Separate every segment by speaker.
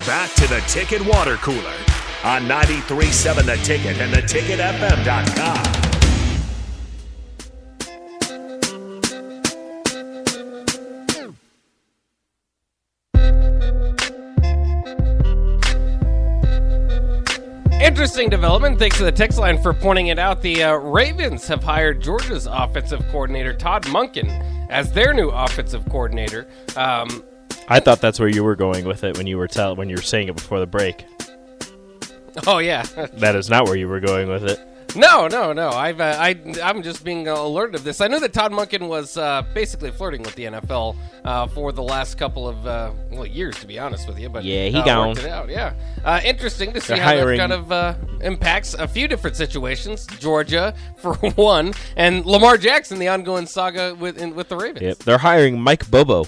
Speaker 1: Back to the Ticket Water Cooler on 93.7 The Ticket and theticketfm.com.
Speaker 2: Interesting development. Thanks to the text line for pointing it out. The uh, Ravens have hired Georgia's offensive coordinator, Todd Munkin, as their new offensive coordinator. Um,
Speaker 3: I thought that's where you were going with it when you were tell when you were saying it before the break.
Speaker 2: oh, yeah.
Speaker 3: That is not where you were going with it.
Speaker 2: no, no, no. I've, uh, I, I'm just being alerted of this. I knew that Todd Munkin was uh, basically flirting with the NFL uh, for the last couple of uh, well, years, to be honest with you. But
Speaker 3: Yeah, he
Speaker 2: uh,
Speaker 3: gone.
Speaker 2: worked it out. Yeah, uh, interesting to see
Speaker 3: They're
Speaker 2: how
Speaker 3: hiring-
Speaker 2: that kind of uh, impacts a few different situations. Georgia, for one, and Lamar Jackson, the ongoing saga with in, with the Ravens.
Speaker 3: Yep. They're hiring Mike Bobo,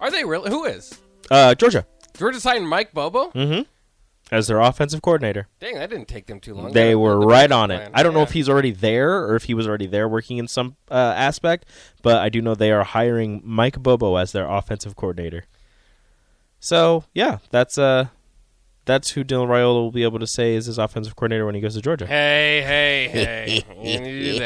Speaker 2: Are they really? Who is
Speaker 3: uh, Georgia,
Speaker 2: Georgia's hiring Mike Bobo?
Speaker 3: Mm-hmm. as their offensive coordinator.
Speaker 2: Dang, that didn't take them too long.
Speaker 3: They
Speaker 2: Gotta
Speaker 3: were
Speaker 2: build the
Speaker 3: right
Speaker 2: business
Speaker 3: on it.
Speaker 2: plan.
Speaker 3: I don't know
Speaker 2: Yeah.
Speaker 3: if he's already there or if he was already there working in some uh, aspect, but I do know they are hiring Mike Bobo as their offensive coordinator. So yeah, that's uh, that's who Dylan Raiola will be able to say is his offensive coordinator when he goes to Georgia.
Speaker 2: Hey, hey, hey! you need to do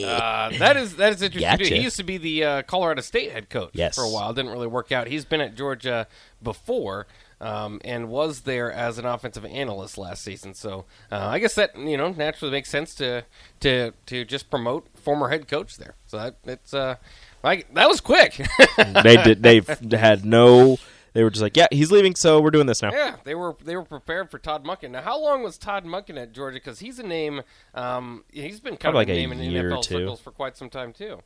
Speaker 2: that. Uh, that is that is interesting. too.
Speaker 3: Gotcha.
Speaker 2: He used to be the uh, Colorado State head coach
Speaker 3: Yes.
Speaker 2: for a while. Didn't really work out. He's been at Georgia before um, and was there as an offensive analyst last season. So uh, I guess that you know naturally makes sense to to to just promote former head coach there. So that it's uh, like that was quick.
Speaker 3: they did. They had no. They were just like, yeah, he's leaving, so we're doing this now.
Speaker 2: Yeah, they were they were prepared for Todd Munkin. Now, how long was Todd Munkin at Georgia? Because he's a name. Um, he's been kind
Speaker 3: Probably
Speaker 2: of
Speaker 3: like
Speaker 2: a
Speaker 3: a
Speaker 2: name in
Speaker 3: year or
Speaker 2: NFL
Speaker 3: two.
Speaker 2: circles for quite some time too.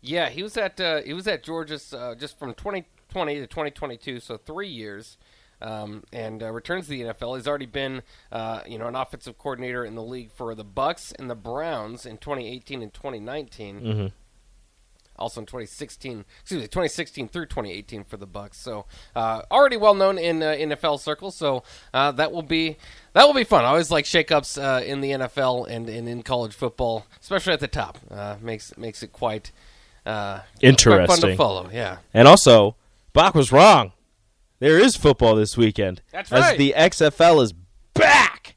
Speaker 2: Yeah, he was at uh, he was at Georgia's uh, just from 2020 to 2022, so three years. Um, and uh, returns to the NFL. He's already been, uh, you know, an offensive coordinator in the league for the Bucks and the Browns in 2018 and 2019
Speaker 3: Mm-hmm.
Speaker 2: also in 2016, excuse me, 2016 through 2018 for the Bucks. So uh, already well known in uh, NFL circles. So uh, that will be that will be fun. I always like shakeups uh, in the NFL and, and in college football, especially at the top. Uh, makes makes it quite uh, Quite fun to
Speaker 3: Interesting.
Speaker 2: follow. Yeah.
Speaker 3: And also, Bach was wrong. There is football this weekend.
Speaker 2: That's
Speaker 3: as
Speaker 2: right.
Speaker 3: The XFL is back,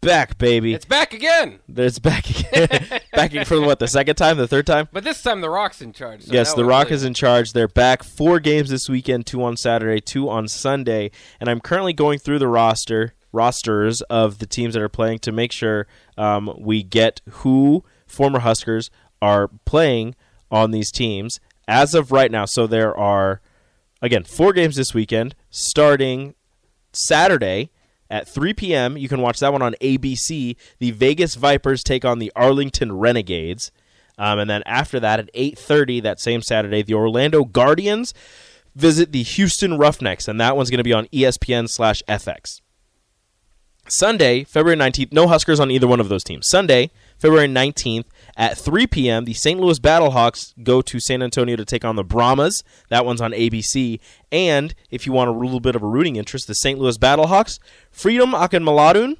Speaker 3: back, baby.
Speaker 2: It's back again,
Speaker 3: It's back again. back again for what the second time, the third time.
Speaker 2: but this time the Rock's in charge. so
Speaker 3: yes,
Speaker 2: that
Speaker 3: the
Speaker 2: was
Speaker 3: Rock
Speaker 2: really-
Speaker 3: is in charge. They're back four games this weekend: two on Saturday, two on Sunday. And I'm currently going through the roster rosters of the teams that are playing to make sure um, we get who former Huskers are playing on these teams as of right now. So there are again four games this weekend, starting Saturday at 3 p.m. You can watch that one on ABC. The Vegas Vipers take on the Arlington Renegades, um, and then after that at 8:30 that same Saturday, the Orlando Guardians visit the Houston Roughnecks, and that one's going to be on E ESPN slash FX. Sunday, February 19th, no Huskers on either one of those teams. Sunday, February 19th at 3 p.m., the St. Louis Battlehawks go to San Antonio to take on the Brahmas. That one's on ABC. And if you want a little bit of a rooting interest, the St. Louis Battlehawks, Freedom Akinmaladun,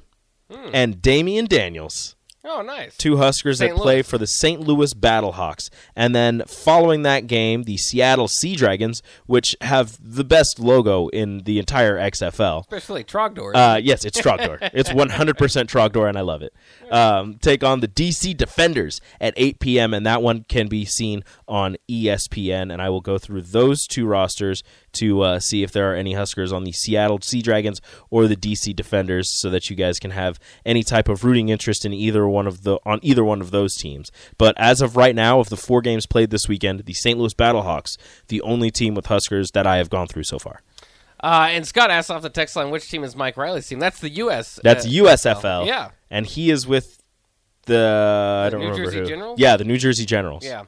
Speaker 3: and Damian Daniels
Speaker 2: Oh, nice.
Speaker 3: two Huskers
Speaker 2: St.
Speaker 3: that play
Speaker 2: Louis.
Speaker 3: for the St. Louis Battlehawks. And then following that game, the Seattle Sea Dragons, which have the best logo in the entire XFL.
Speaker 2: Especially Trogdor.
Speaker 3: Uh, yes, it's Trogdor. it's 100% Trogdor, and I love it. Um, take on the DC Defenders at 8 p.m., and that one can be seen on E ESPN. And I will go through those two rosters to uh, see if there are any Huskers on the Seattle Sea Dragons or the DC Defenders, so that you guys can have any type of rooting interest in either one of the on either one of those teams. But as of right now, of the four games played this weekend, the St. Louis Battlehawks, the only team with Huskers that I have gone through so far.
Speaker 2: Uh, and Scott asked off the text line, which team is Mike Riley's team? That's the U.S.
Speaker 3: That's
Speaker 2: uh,
Speaker 3: USFL.
Speaker 2: Yeah.
Speaker 3: and he is with the I
Speaker 2: The
Speaker 3: don't
Speaker 2: New
Speaker 3: remember
Speaker 2: Jersey
Speaker 3: who.
Speaker 2: Generals?
Speaker 3: Yeah, the New Jersey Generals.
Speaker 2: Yeah.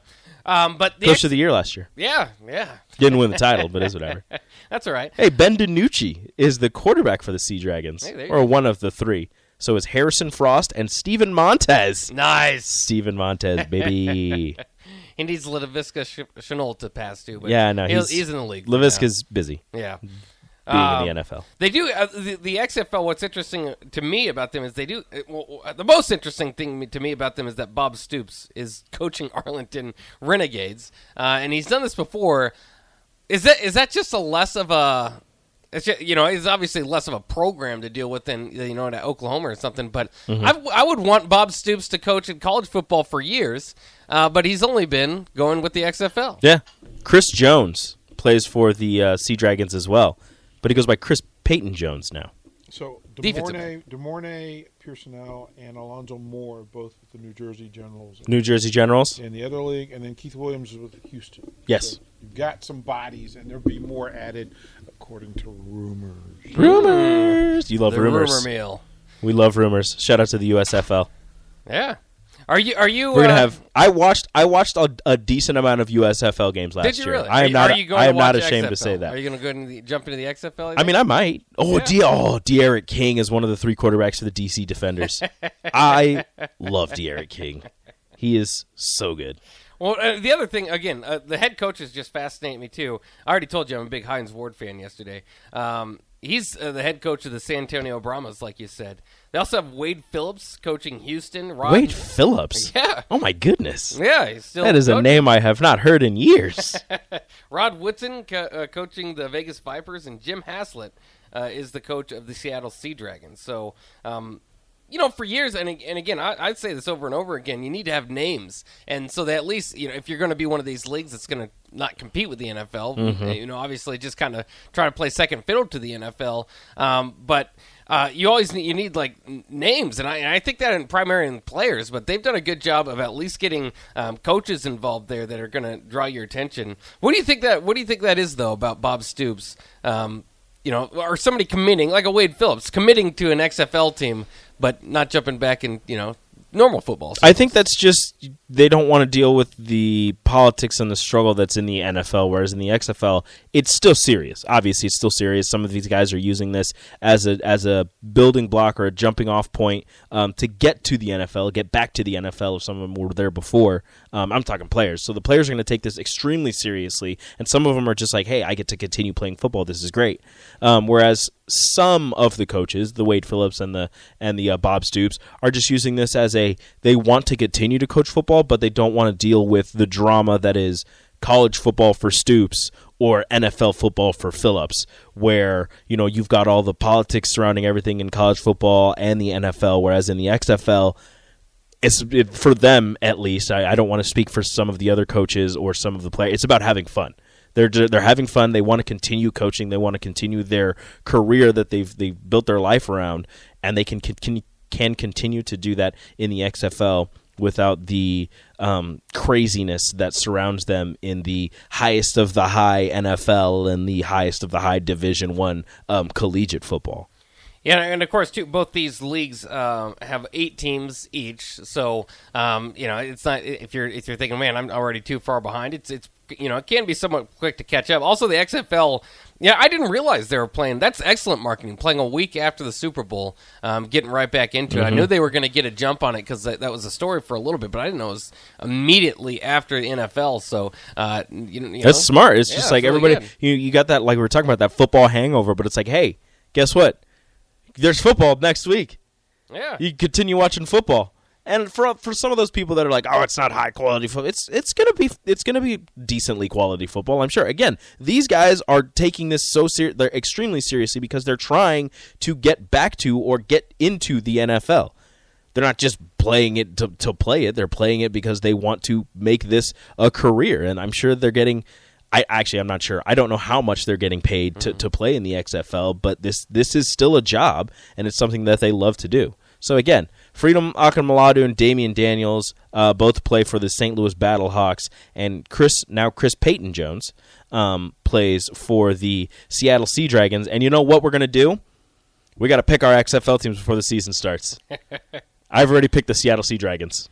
Speaker 2: Um, but the
Speaker 3: coach of the year last year.
Speaker 2: yeah, yeah,
Speaker 3: Didn't win the title, but is whatever.
Speaker 2: that's all right.
Speaker 3: Hey, Ben DiNucci is the quarterback for the Sea Dragons,
Speaker 2: Hey, there you
Speaker 3: or one of the three. So is Harrison Frost and Steven Montez.
Speaker 2: Nice.
Speaker 3: Steven Montez, baby.
Speaker 2: He needs Lavisca Ch- Chenault to pass to. But
Speaker 3: yeah, no,
Speaker 2: he'll-
Speaker 3: he's
Speaker 2: he's, in the league.
Speaker 3: Lavisca's busy
Speaker 2: Yeah. yeah.
Speaker 3: being
Speaker 2: Um,
Speaker 3: in the NFL.
Speaker 2: They do uh, the, the XFL. What's interesting to me about them is they do. uh, Well, uh, the most interesting thing to me about them is that Bob Stoops is coaching Arlington Renegades, uh, and he's done this before. Is that is that just a less of a It's just, you know, it's obviously less of a program to deal with than you know in Oklahoma or something. But
Speaker 3: Mm-hmm.
Speaker 2: I w I I, would want Bob Stoops to coach in college football for years, uh, but he's only been going with the XFL.
Speaker 3: Yeah. Chris Jones plays for the uh, Sea Dragons as well, but he goes by Chris Peyton Jones now.
Speaker 4: So
Speaker 2: Defensive
Speaker 4: DeMornay, DeMornay, Pearsonell, and Alonzo Moore, both with the New Jersey Generals,
Speaker 3: New Jersey Generals.
Speaker 4: and the other league, and then Keith Williams is with Houston.
Speaker 3: Yes.
Speaker 4: So you've got some bodies, and there'll be more added, according to rumors.
Speaker 3: Rumors. You love
Speaker 2: the
Speaker 3: rumors.
Speaker 2: rumor mill.
Speaker 3: We love rumors. Shout out to the USFL.
Speaker 2: Yeah. Are you? Are you?
Speaker 3: We're
Speaker 2: uh,
Speaker 3: gonna have. I watched. I watched a, a decent amount of USFL games last
Speaker 2: Did you
Speaker 3: year.
Speaker 2: really? Are
Speaker 3: I am
Speaker 2: you-
Speaker 3: not.
Speaker 2: Are you going
Speaker 3: I
Speaker 2: to
Speaker 3: am not
Speaker 2: watch
Speaker 3: ashamed to
Speaker 2: XFL?
Speaker 3: say that.
Speaker 2: Are you going to go into the, jump into the XFL?
Speaker 3: I mean, I might. Oh,
Speaker 2: Yeah.
Speaker 3: D- oh, De'Aaron King is one of the three quarterbacks for the DC Defenders. I love De'Aaron King. He is so good.
Speaker 2: Well, uh, the other thing, again, uh, the head coaches just fascinate me too. I already told you I'm a big Heinz Ward fan yesterday. Um, he's uh, the head coach of the San Antonio Brahmas, like you said. They also have Wade Phillips coaching Houston. Ron,
Speaker 3: Wade Phillips.
Speaker 2: Yeah.
Speaker 3: Oh my goodness.
Speaker 2: yeah, he's still
Speaker 3: That is a
Speaker 2: coach-
Speaker 3: name I have not heard in years.
Speaker 2: Rod Woodson co- uh, coaching the Vegas Vipers, and Jim Haslett uh, is the coach of the Seattle Sea Dragons. So, um, you know, for years, and ag- and again, I, I'd say this over and over again: you need to have names, and so that at least you know if you're going to be one of these leagues that's going to not compete with the NFL, you know, obviously just kind of try to play second fiddle to the NFL, um, but. Uh, you always need, you need like n- names, and I, and I think that in primary in players, but they've done a good job of at least getting um, coaches involved there that are going to draw your attention. What do you think that? What do you think that is though about Bob Stoops? Um, you know, or somebody committing like a Wade Phillips committing to an XFL team, but not jumping back in you know normal football.
Speaker 3: I think that's just they don't want to deal with the politics and the struggle that's in the NFL, whereas in the XFL, it's still serious. Obviously, it's still serious. Some of these guys are using this as a as a building block or a jumping off point um, to get to the NFL, get back to the NFL if some of them were there before. Um, I'm talking players, so the players are going to take this extremely seriously, and some of them are just like, "Hey, I get to continue playing football. This is great." Um, whereas some of the coaches, the Wade Phillips and the and the uh, Bob Stoops, are just using this as a they want to continue to coach football, but they don't want to deal with the drama that is college football for Stoops or NFL football for Phillips, where you know you've got all the politics surrounding everything in college football and the NFL, whereas in the XFL. It's it, for them at least. I, I don't want to speak for some of the other coaches or some of the players. It's about having fun. They're ju- they're having fun. They want to continue coaching. They want to continue their career that they've they've built their life around, and they can can, can continue to do that in the XFL without the um, craziness that surrounds them in the highest of the high NFL and the highest of the high Division One um, collegiate football.
Speaker 2: Yeah, and of course, too, both these leagues um, have eight teams each. So um, you know, it's not if you're if you're thinking, man, I'm already too far behind. It's it's you know, it can be somewhat quick to catch up. Also, the XFL. Yeah, I didn't realize they were playing. That's excellent marketing. Playing a week after the Super Bowl, um, getting right back into
Speaker 3: Mm-hmm.
Speaker 2: it. I knew they were going to get a jump on it because that, that was a story for a little bit, but I didn't know it was immediately after the NFL. So uh, you, you
Speaker 3: That's
Speaker 2: know.
Speaker 3: smart. It's
Speaker 2: Yeah,
Speaker 3: just like
Speaker 2: really
Speaker 3: everybody
Speaker 2: good.
Speaker 3: you you got that like we were talking about that football hangover, but it's like, hey, guess what? There's football next week.
Speaker 2: Yeah.
Speaker 3: you continue watching football. And for for some of those people that are like, oh, it's not high quality football. It's it's gonna be it's gonna be decently quality football. I'm sure. Again, these guys are taking this so ser- they're extremely seriously because they're trying to get back to or get into the NFL. They're not just playing it to, to play it. They're playing it because they want to make this a career. And I'm sure they're getting. I actually I'm not sure. I don't know how much they're getting paid to, to play in the XFL, but this this is still a job and it's something that they love to do. So again, Freedom Akinmaladu and Damian Daniels uh, both play for the St. Louis Battlehawks, and Chris now Chris Peyton Jones um, plays for the Seattle Sea Dragons. And you know what we're gonna do? We got to pick our XFL teams before the season starts. I've already picked the Seattle Sea Dragons.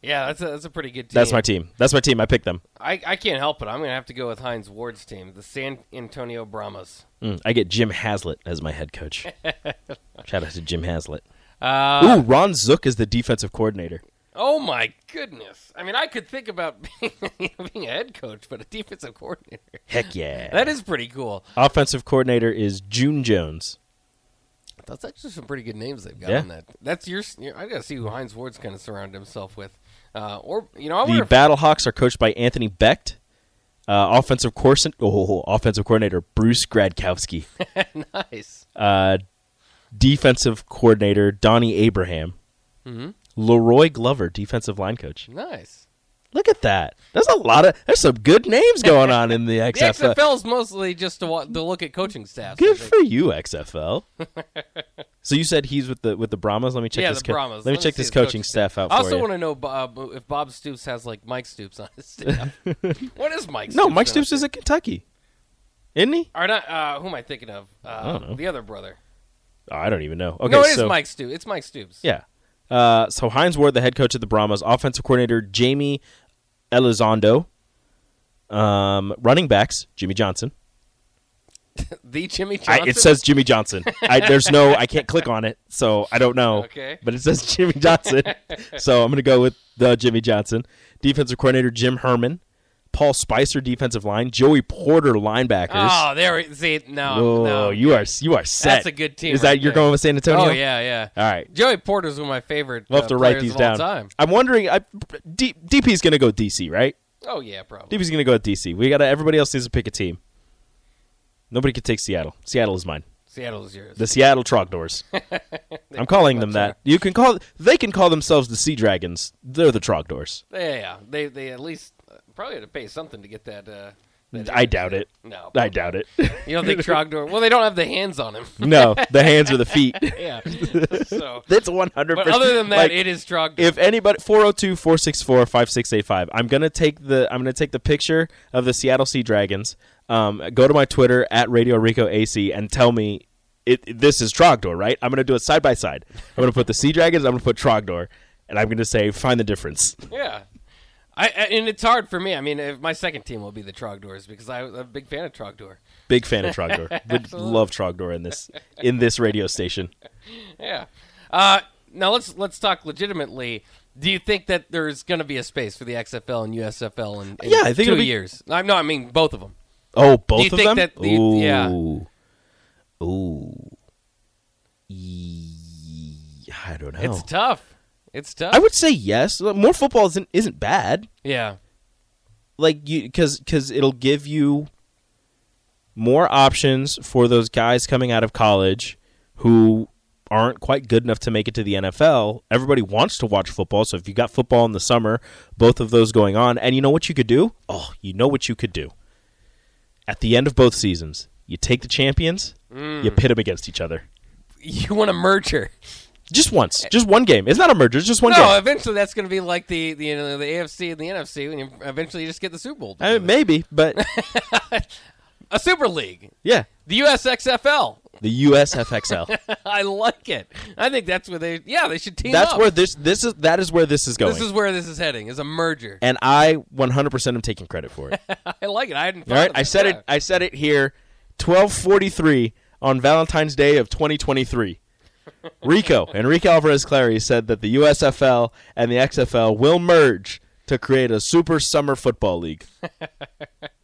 Speaker 2: yeah, that's a, that's a pretty good. Team.
Speaker 3: That's my team. That's my team. I picked them.
Speaker 2: I, I can't help it. I'm going to have to go with Heinz Ward's team, the San Antonio Brahmas.
Speaker 3: Mm, I get Jim Haslett as my head coach. Shout out to Jim Haslett.
Speaker 2: Uh,
Speaker 3: Ooh, Ron Zook is the defensive coordinator.
Speaker 2: oh my goodness! I mean, I could think about being, being a head coach, but a defensive coordinator.
Speaker 3: Heck yeah.
Speaker 2: That is pretty cool.
Speaker 3: Offensive coordinator is June Jones.
Speaker 2: That's actually some pretty good names they've got
Speaker 3: Yeah.
Speaker 2: on that. That's your. s- your- I got to see who Heinz Ward's going to surround himself with, uh, or you know, I wonder
Speaker 3: The
Speaker 2: if
Speaker 3: Battlehawks are coached by Anthony Becht. uh, offensive course oh, offensive coordinator Bruce Gradkowski,
Speaker 2: nice.
Speaker 3: uh, defensive coordinator Donnie Abraham,
Speaker 2: Mhm.
Speaker 3: Leroy Glover, defensive line coach.
Speaker 2: Nice.
Speaker 3: Look at that. There's a lot of there's some good names going on in the
Speaker 2: The
Speaker 3: XFL.
Speaker 2: XFL's mostly just to, wa- to look at coaching staffs. I
Speaker 3: Good
Speaker 2: think.
Speaker 3: for you, XFL. so you said he's with the with the Brahmas. Let me check
Speaker 2: yeah,
Speaker 3: this.
Speaker 2: the Brahmas.
Speaker 3: Let me check
Speaker 2: see
Speaker 3: this
Speaker 2: his
Speaker 3: coaching staff out
Speaker 2: I
Speaker 3: for
Speaker 2: also
Speaker 3: you.
Speaker 2: want to know Bob, if Bob Stoops has like Mike Stoops on his staff. what is Mike? Stoops
Speaker 3: no, Mike
Speaker 2: on
Speaker 3: Stoops
Speaker 2: his
Speaker 3: is at Kentucky, isn't he?
Speaker 2: Or not? Uh, who am I thinking of? Uh,
Speaker 3: don't know.
Speaker 2: The other brother.
Speaker 3: Oh, I don't even know. Okay,
Speaker 2: no, it is
Speaker 3: so,
Speaker 2: Mike Stoops. It's Mike Stoops.
Speaker 3: Yeah. Uh, so Heinz Ward, the head coach of the Brahmas, offensive coordinator Jamie Elizondo, um, running backs Jimmy Johnson.
Speaker 2: The Jimmy
Speaker 3: I,
Speaker 2: Johnson.
Speaker 3: it says Jimmy Johnson. I, there's no, I can't click on it, so I don't know.
Speaker 2: Okay.
Speaker 3: But it says Jimmy Johnson, so I'm gonna go with the Jimmy Johnson. Defensive coordinator Jim Herman, Paul Spicer, defensive line, Joey Porter, linebackers.
Speaker 2: Oh, there. it- See, no,
Speaker 3: Whoa,
Speaker 2: Oh, no.
Speaker 3: you are you are set.
Speaker 2: That's a good team
Speaker 3: Is
Speaker 2: right
Speaker 3: that you're
Speaker 2: there.
Speaker 3: going with San Antonio?
Speaker 2: Oh yeah, yeah.
Speaker 3: All right.
Speaker 2: Joey Porter's one of my favorite.
Speaker 3: We'll
Speaker 2: uh,
Speaker 3: have to write
Speaker 2: players
Speaker 3: these
Speaker 2: of all
Speaker 3: down.
Speaker 2: Time.
Speaker 3: I'm wondering. I, D, DP's going to go DC, right?
Speaker 2: Oh yeah, probably.
Speaker 3: DP's going to go with DC. We got to. Everybody else needs to pick a team. Nobody could take Seattle. Seattle is mine.
Speaker 2: Seattle's yours.
Speaker 3: The Seattle Trogdors. I'm calling them that. You can call. They can call themselves the Sea Dragons. They're the Trogdors.
Speaker 2: yeah, yeah. They they at least uh, probably had to pay something to get that. Uh, that
Speaker 3: I doubt it.
Speaker 2: No,
Speaker 3: I doubt it.
Speaker 2: you don't think Trogdor? Well, they don't have the hands on him.
Speaker 3: no, the hands or the feet.
Speaker 2: yeah. so,
Speaker 3: That's 100.
Speaker 2: but other than that, it is Trogdor.
Speaker 3: if anybody 402-464-5685 i'm gonna take the i'm gonna take the picture of the seattle sea dragons um, go to my twitter at radio rico ac and tell me it, it- this is trogdor right i'm gonna do it side by side i'm gonna put the sea dragons i'm gonna put trogdor and i'm gonna say find the difference
Speaker 2: yeah. I, I- and it's hard for me. I mean, if my second team will be the Trogdors because I, I'm a big fan of Trogdor.
Speaker 3: big fan of trogdor would love trogdor in this in this radio station
Speaker 2: Yeah. Uh, now let's let's talk legitimately. Do you think that there's going to be a space for the XFL and USFL in, in
Speaker 3: Yeah, I think
Speaker 2: two
Speaker 3: it'll be-
Speaker 2: years? I no, I mean both of them.
Speaker 3: oh both of
Speaker 2: think
Speaker 3: them
Speaker 2: that the- yeah.
Speaker 3: ooh ooh E- i don't know
Speaker 2: It's tough. It's tough.
Speaker 3: I would say yes. More football isn't isn't bad.
Speaker 2: yeah.
Speaker 3: Like you, because because it'll give you more options for those guys coming out of college who aren't quite good enough to make it to the NFL. Everybody wants to watch football, so if you got football in the summer, both of those going on, and you know what you could do? Oh, you know what you could do. At the end of both seasons, you take the champions,
Speaker 2: Mm.
Speaker 3: you pit them against each other.
Speaker 2: You want a merger?
Speaker 3: Just once, just one game. It's not a merger. It's just one
Speaker 2: No,
Speaker 3: game.
Speaker 2: eventually that's going to be like the the, you know, the AFC and the NFC, and you, eventually you just get the Super Bowl,
Speaker 3: I mean, maybe, but
Speaker 2: a Super League,
Speaker 3: yeah,
Speaker 2: the USXFL.
Speaker 3: the USFXL.
Speaker 2: I like it. I think that's where they. Yeah, they should team
Speaker 3: That's
Speaker 2: up.
Speaker 3: where this this is that is where this is going.
Speaker 2: this is where this is heading. Is a merger.
Speaker 3: and I 100% am taking credit for it. All
Speaker 2: I like it. I hadn't. thought
Speaker 3: right?
Speaker 2: of
Speaker 3: I
Speaker 2: that.
Speaker 3: said
Speaker 2: Yeah.
Speaker 3: it I said it here 12:43 on Valentine's Day of 2023. Rico, Enrique Alvarez Clary said that the USFL and the XFL will merge to create a super summer football league.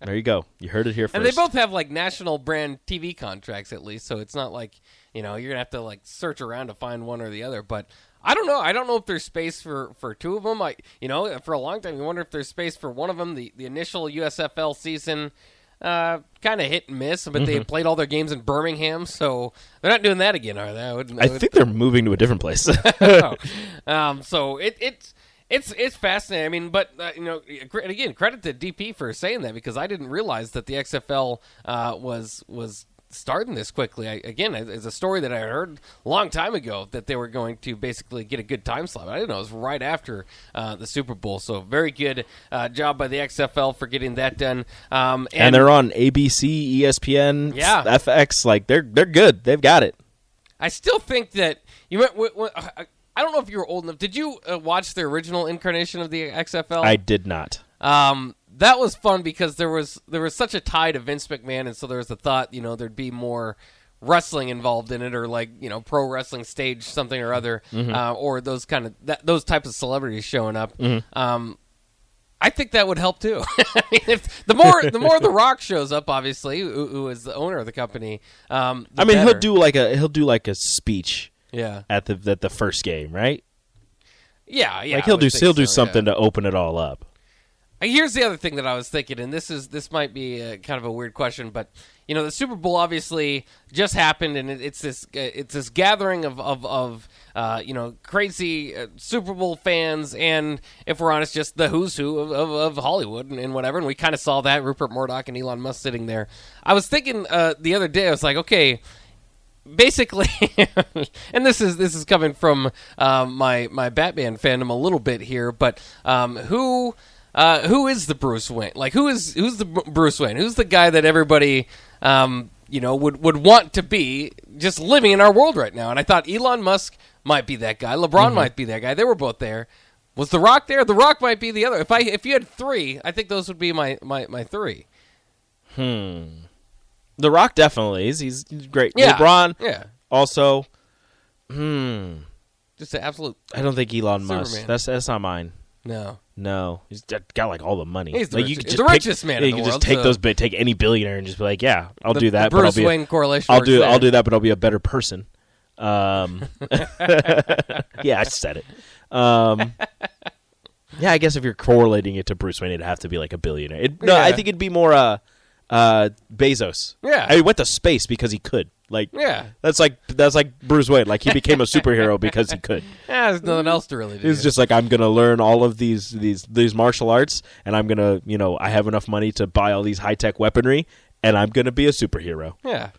Speaker 3: there you go. You heard it here first.
Speaker 2: And they both have like national brand TV contracts at least, so it's not like you know you're gonna have to like search around to find one or the other. But I don't know. I don't know if there's space for for two of them. I you know for a long time you wonder if there's space for one of them. The the initial USFL season. Uh, kind of hit and miss, but
Speaker 3: Mm-hmm.
Speaker 2: they played all their games in Birmingham, so they're not doing that again, are they? I, wouldn't-
Speaker 3: I
Speaker 2: would-
Speaker 3: think they're moving to a different place.
Speaker 2: um, so it, it's it's it's fascinating. I mean, but uh, you know, cre- and again, credit to DP for saying that because I didn't realize that the XFL uh, was was starting this quickly. I, again, it- it's a story that I heard a long time ago that they were going to basically get a good time slot. I didn't know it was right after uh, the Super Bowl. So very good uh, job by the XFL for getting that done. Um, and,
Speaker 3: and they're on ABC, ESPN,
Speaker 2: Yeah.
Speaker 3: FX like they're they're good. They've got it.
Speaker 2: I still think that you went. W- w- I I don't know if you were old enough. Did you uh, watch the original incarnation of the XFL?
Speaker 3: I did not.
Speaker 2: Um, that was fun because there was there was such a tie to Vince McMahon, and so there was the thought, you know, there'd be more wrestling involved in it, or like you know, pro wrestling stage something or other,
Speaker 3: Mm-hmm.
Speaker 2: uh, or those kind of that, those types of celebrities showing up.
Speaker 3: Mm-hmm.
Speaker 2: Um, I think that would help too. I mean, if the more the more The Rock shows up, obviously, who, who is the owner of the company. Um, the
Speaker 3: I mean,
Speaker 2: better.
Speaker 3: he'll do like a he'll do like a speech
Speaker 2: yeah,
Speaker 3: at the at the first game, right?
Speaker 2: yeah, yeah.
Speaker 3: like
Speaker 2: I
Speaker 3: he'll
Speaker 2: would
Speaker 3: do
Speaker 2: think
Speaker 3: he'll do
Speaker 2: so, yeah.
Speaker 3: something to open it all up.
Speaker 2: Uh, Here's the other thing that I was thinking, and this is this might be a, kind of a weird question, but you know, the Super Bowl obviously just happened, and it, it's this uh, it's this gathering of of, of uh, you know crazy uh, Super Bowl fans, and if we're honest, just the who's who of, of, of Hollywood and, and whatever. And we kind of saw that Rupert Murdoch and Elon Musk sitting there. I was thinking uh, the other day, I was like, okay basically and this is this is coming from um, my my batman fandom a little bit here but um, who uh, who is the bruce wayne like who is who's the Bru- bruce wayne who's the guy that everybody um, you know would would want to be just living in our world right now and i thought elon musk might be that guy lebron might be that guy they were both there was the rock there the rock might be the other if i if you had three i think those would be my my, my three
Speaker 3: The Rock definitely is. He's he's great.
Speaker 2: Yeah.
Speaker 3: LeBron
Speaker 2: yeah
Speaker 3: also.
Speaker 2: just an absolute
Speaker 3: I don't think Elon Musk.
Speaker 2: Superman.
Speaker 3: That's that's not mine.
Speaker 2: no
Speaker 3: No, he's d- got like all the money.
Speaker 2: He's the
Speaker 3: like,
Speaker 2: rich-
Speaker 3: you
Speaker 2: he's
Speaker 3: could just
Speaker 2: the
Speaker 3: pick-
Speaker 2: richest man in
Speaker 3: you
Speaker 2: the
Speaker 3: could
Speaker 2: world,
Speaker 3: just take
Speaker 2: so-
Speaker 3: those, big, take any billionaire and just be like, yeah, I'll
Speaker 2: The-
Speaker 3: do
Speaker 2: the
Speaker 3: that. but I'll
Speaker 2: Bruce
Speaker 3: be a-
Speaker 2: Wayne correlation
Speaker 3: I'll
Speaker 2: works
Speaker 3: do. I'll
Speaker 2: there.
Speaker 3: do that, but I'll be a better person. Um, yeah, I said it. Um, yeah, I guess if you're correlating it to Bruce Wayne, it'd have to be like a billionaire. It, no, I
Speaker 2: Yeah.
Speaker 3: think it'd be more uh, uh, Bezos.
Speaker 2: Yeah.
Speaker 3: I mean, went to space because he could. Like,
Speaker 2: Yeah.
Speaker 3: that's like that's like Bruce Wayne. Like he became a superhero because he could.
Speaker 2: yeah there's nothing else to really do
Speaker 3: It's just like I'm gonna learn all of these these these martial arts, and I'm gonna you know I have enough money to buy all these high tech weaponry, and I'm gonna be a superhero.
Speaker 2: Yeah.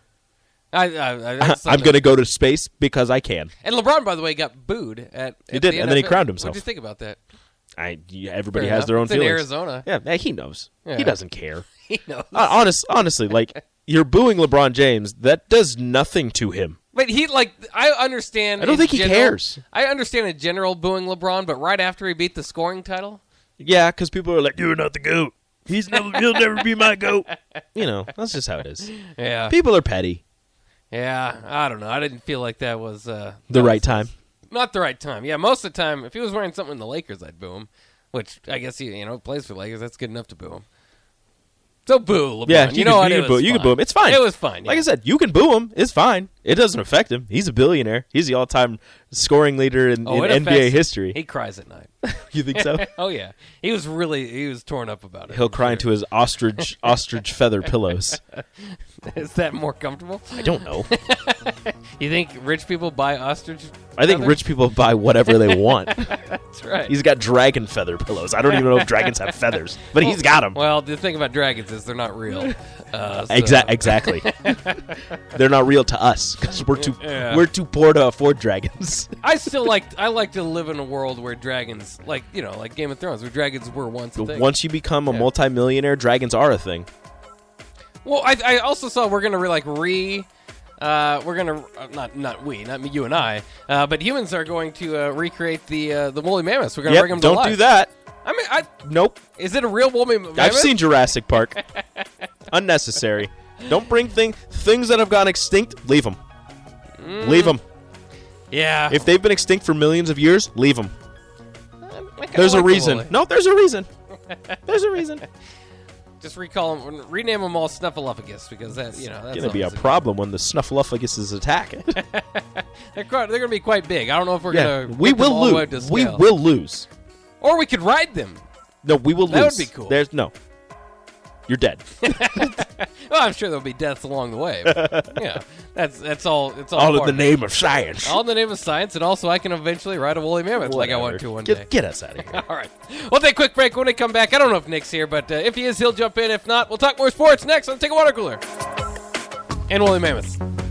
Speaker 2: I, I, I, that's
Speaker 3: I'm
Speaker 2: something.
Speaker 3: gonna go to space because I can.
Speaker 2: And LeBron, by the way, got booed at. He
Speaker 3: did, and then he crowned
Speaker 2: What
Speaker 3: himself.
Speaker 2: do you think about that?
Speaker 3: I yeah, everybody
Speaker 2: Fair
Speaker 3: has
Speaker 2: enough.
Speaker 3: their own
Speaker 2: It's in
Speaker 3: feelings.
Speaker 2: Arizona.
Speaker 3: yeah, man, he knows.
Speaker 2: Yeah.
Speaker 3: He doesn't care.
Speaker 2: You know,
Speaker 3: Uh, honest, honestly, like you're booing LeBron James. That does nothing to him.
Speaker 2: but he like I understand.
Speaker 3: I don't
Speaker 2: in
Speaker 3: think he
Speaker 2: general-
Speaker 3: cares.
Speaker 2: I understand in general booing LeBron, but right after he beat the scoring title,
Speaker 3: Yeah, because people are like, you're not the goat. He's never, he'll never be my goat. You know, that's just how it is.
Speaker 2: yeah,
Speaker 3: People are petty.
Speaker 2: yeah. I don't know. I didn't feel like that was uh,
Speaker 3: The right time.
Speaker 2: not the right time. Yeah, most of the time, if he was wearing something in the Lakers, I'd boo him. Which I guess he you know plays for Lakers. That's good enough to boo him. So boo LeBron.
Speaker 3: Yeah,
Speaker 2: you, know
Speaker 3: can,
Speaker 2: what?
Speaker 3: You
Speaker 2: It
Speaker 3: can,
Speaker 2: was
Speaker 3: boo, you can
Speaker 2: fine.
Speaker 3: boo him. It's fine.
Speaker 2: It was fine.
Speaker 3: Like
Speaker 2: yeah.
Speaker 3: I said, you can boo him. It's fine. It doesn't affect him. He's a billionaire. He's the all-time scoring leader in,
Speaker 2: Oh,
Speaker 3: in
Speaker 2: it
Speaker 3: NBA
Speaker 2: affects him.
Speaker 3: history.
Speaker 2: He cries at night.
Speaker 3: you think so?
Speaker 2: oh yeah, he was really he was torn up about it.
Speaker 3: He'll cry into his ostrich ostrich feather pillows.
Speaker 2: Is that more comfortable?
Speaker 3: I don't know.
Speaker 2: You think rich people buy ostrich?
Speaker 3: I think
Speaker 2: feathers?
Speaker 3: rich people buy whatever they want.
Speaker 2: That's right.
Speaker 3: He's got dragon feather pillows. I don't even know if dragons have feathers, but he's got them.
Speaker 2: well, the thing about dragons is they're not real. Uh, so-
Speaker 3: Exa- exactly. They're not real to us because we're too
Speaker 2: Yeah.
Speaker 3: we're too poor to afford dragons.
Speaker 2: I still like I like to live in a world where dragons, like you know, like Game of Thrones, where dragons were once. A thing.
Speaker 3: Once you become a
Speaker 2: Yeah.
Speaker 3: multimillionaire, dragons are a thing.
Speaker 2: Well, I, I also saw we're gonna re, like re, uh, we're gonna uh, not not we, not me, you and I, uh, but humans are going to uh, recreate the uh, the woolly mammoths. We're gonna
Speaker 3: Yep,
Speaker 2: bring them to
Speaker 3: don't
Speaker 2: life.
Speaker 3: do that.
Speaker 2: I mean, I,
Speaker 3: Nope.
Speaker 2: is it a real woolly mammoth?
Speaker 3: I've seen Jurassic Park. Unnecessary. Don't bring thing things that have gone extinct. Leave them.
Speaker 2: Mm.
Speaker 3: Leave them.
Speaker 2: Yeah.
Speaker 3: If they've been extinct for millions of years, leave them. There's a reason. No, there's a reason. There's a reason.
Speaker 2: Just recall them, rename them all Snuffleupagus because that you know that's
Speaker 3: Gonna be a
Speaker 2: always
Speaker 3: problem when the snuffleupagus is attacking.
Speaker 2: They're, quite, they're gonna be quite big. I don't know if we're
Speaker 3: yeah,
Speaker 2: gonna.
Speaker 3: we
Speaker 2: get them
Speaker 3: will
Speaker 2: all the way up to
Speaker 3: lose. We
Speaker 2: scale.
Speaker 3: will lose.
Speaker 2: Or we could ride them.
Speaker 3: No, we will lose.
Speaker 2: That would be cool.
Speaker 3: There's no. You're dead.
Speaker 2: Well, Oh, I'm sure there'll be deaths along the way. but, yeah, that's that's all. It's all.
Speaker 3: All in
Speaker 2: part
Speaker 3: the
Speaker 2: of it.
Speaker 3: name of science.
Speaker 2: All in the name of science, and also I can eventually ride a woolly mammoth like I want
Speaker 3: Whatever.
Speaker 2: to one
Speaker 3: get,
Speaker 2: day.
Speaker 3: Get us out of here.
Speaker 2: All right, we'll take a quick break. When we come back, I don't know if Nick's here, but uh, if he is, he'll jump in. If not, we'll talk more sports next. Let's take a water cooler and woolly mammoths.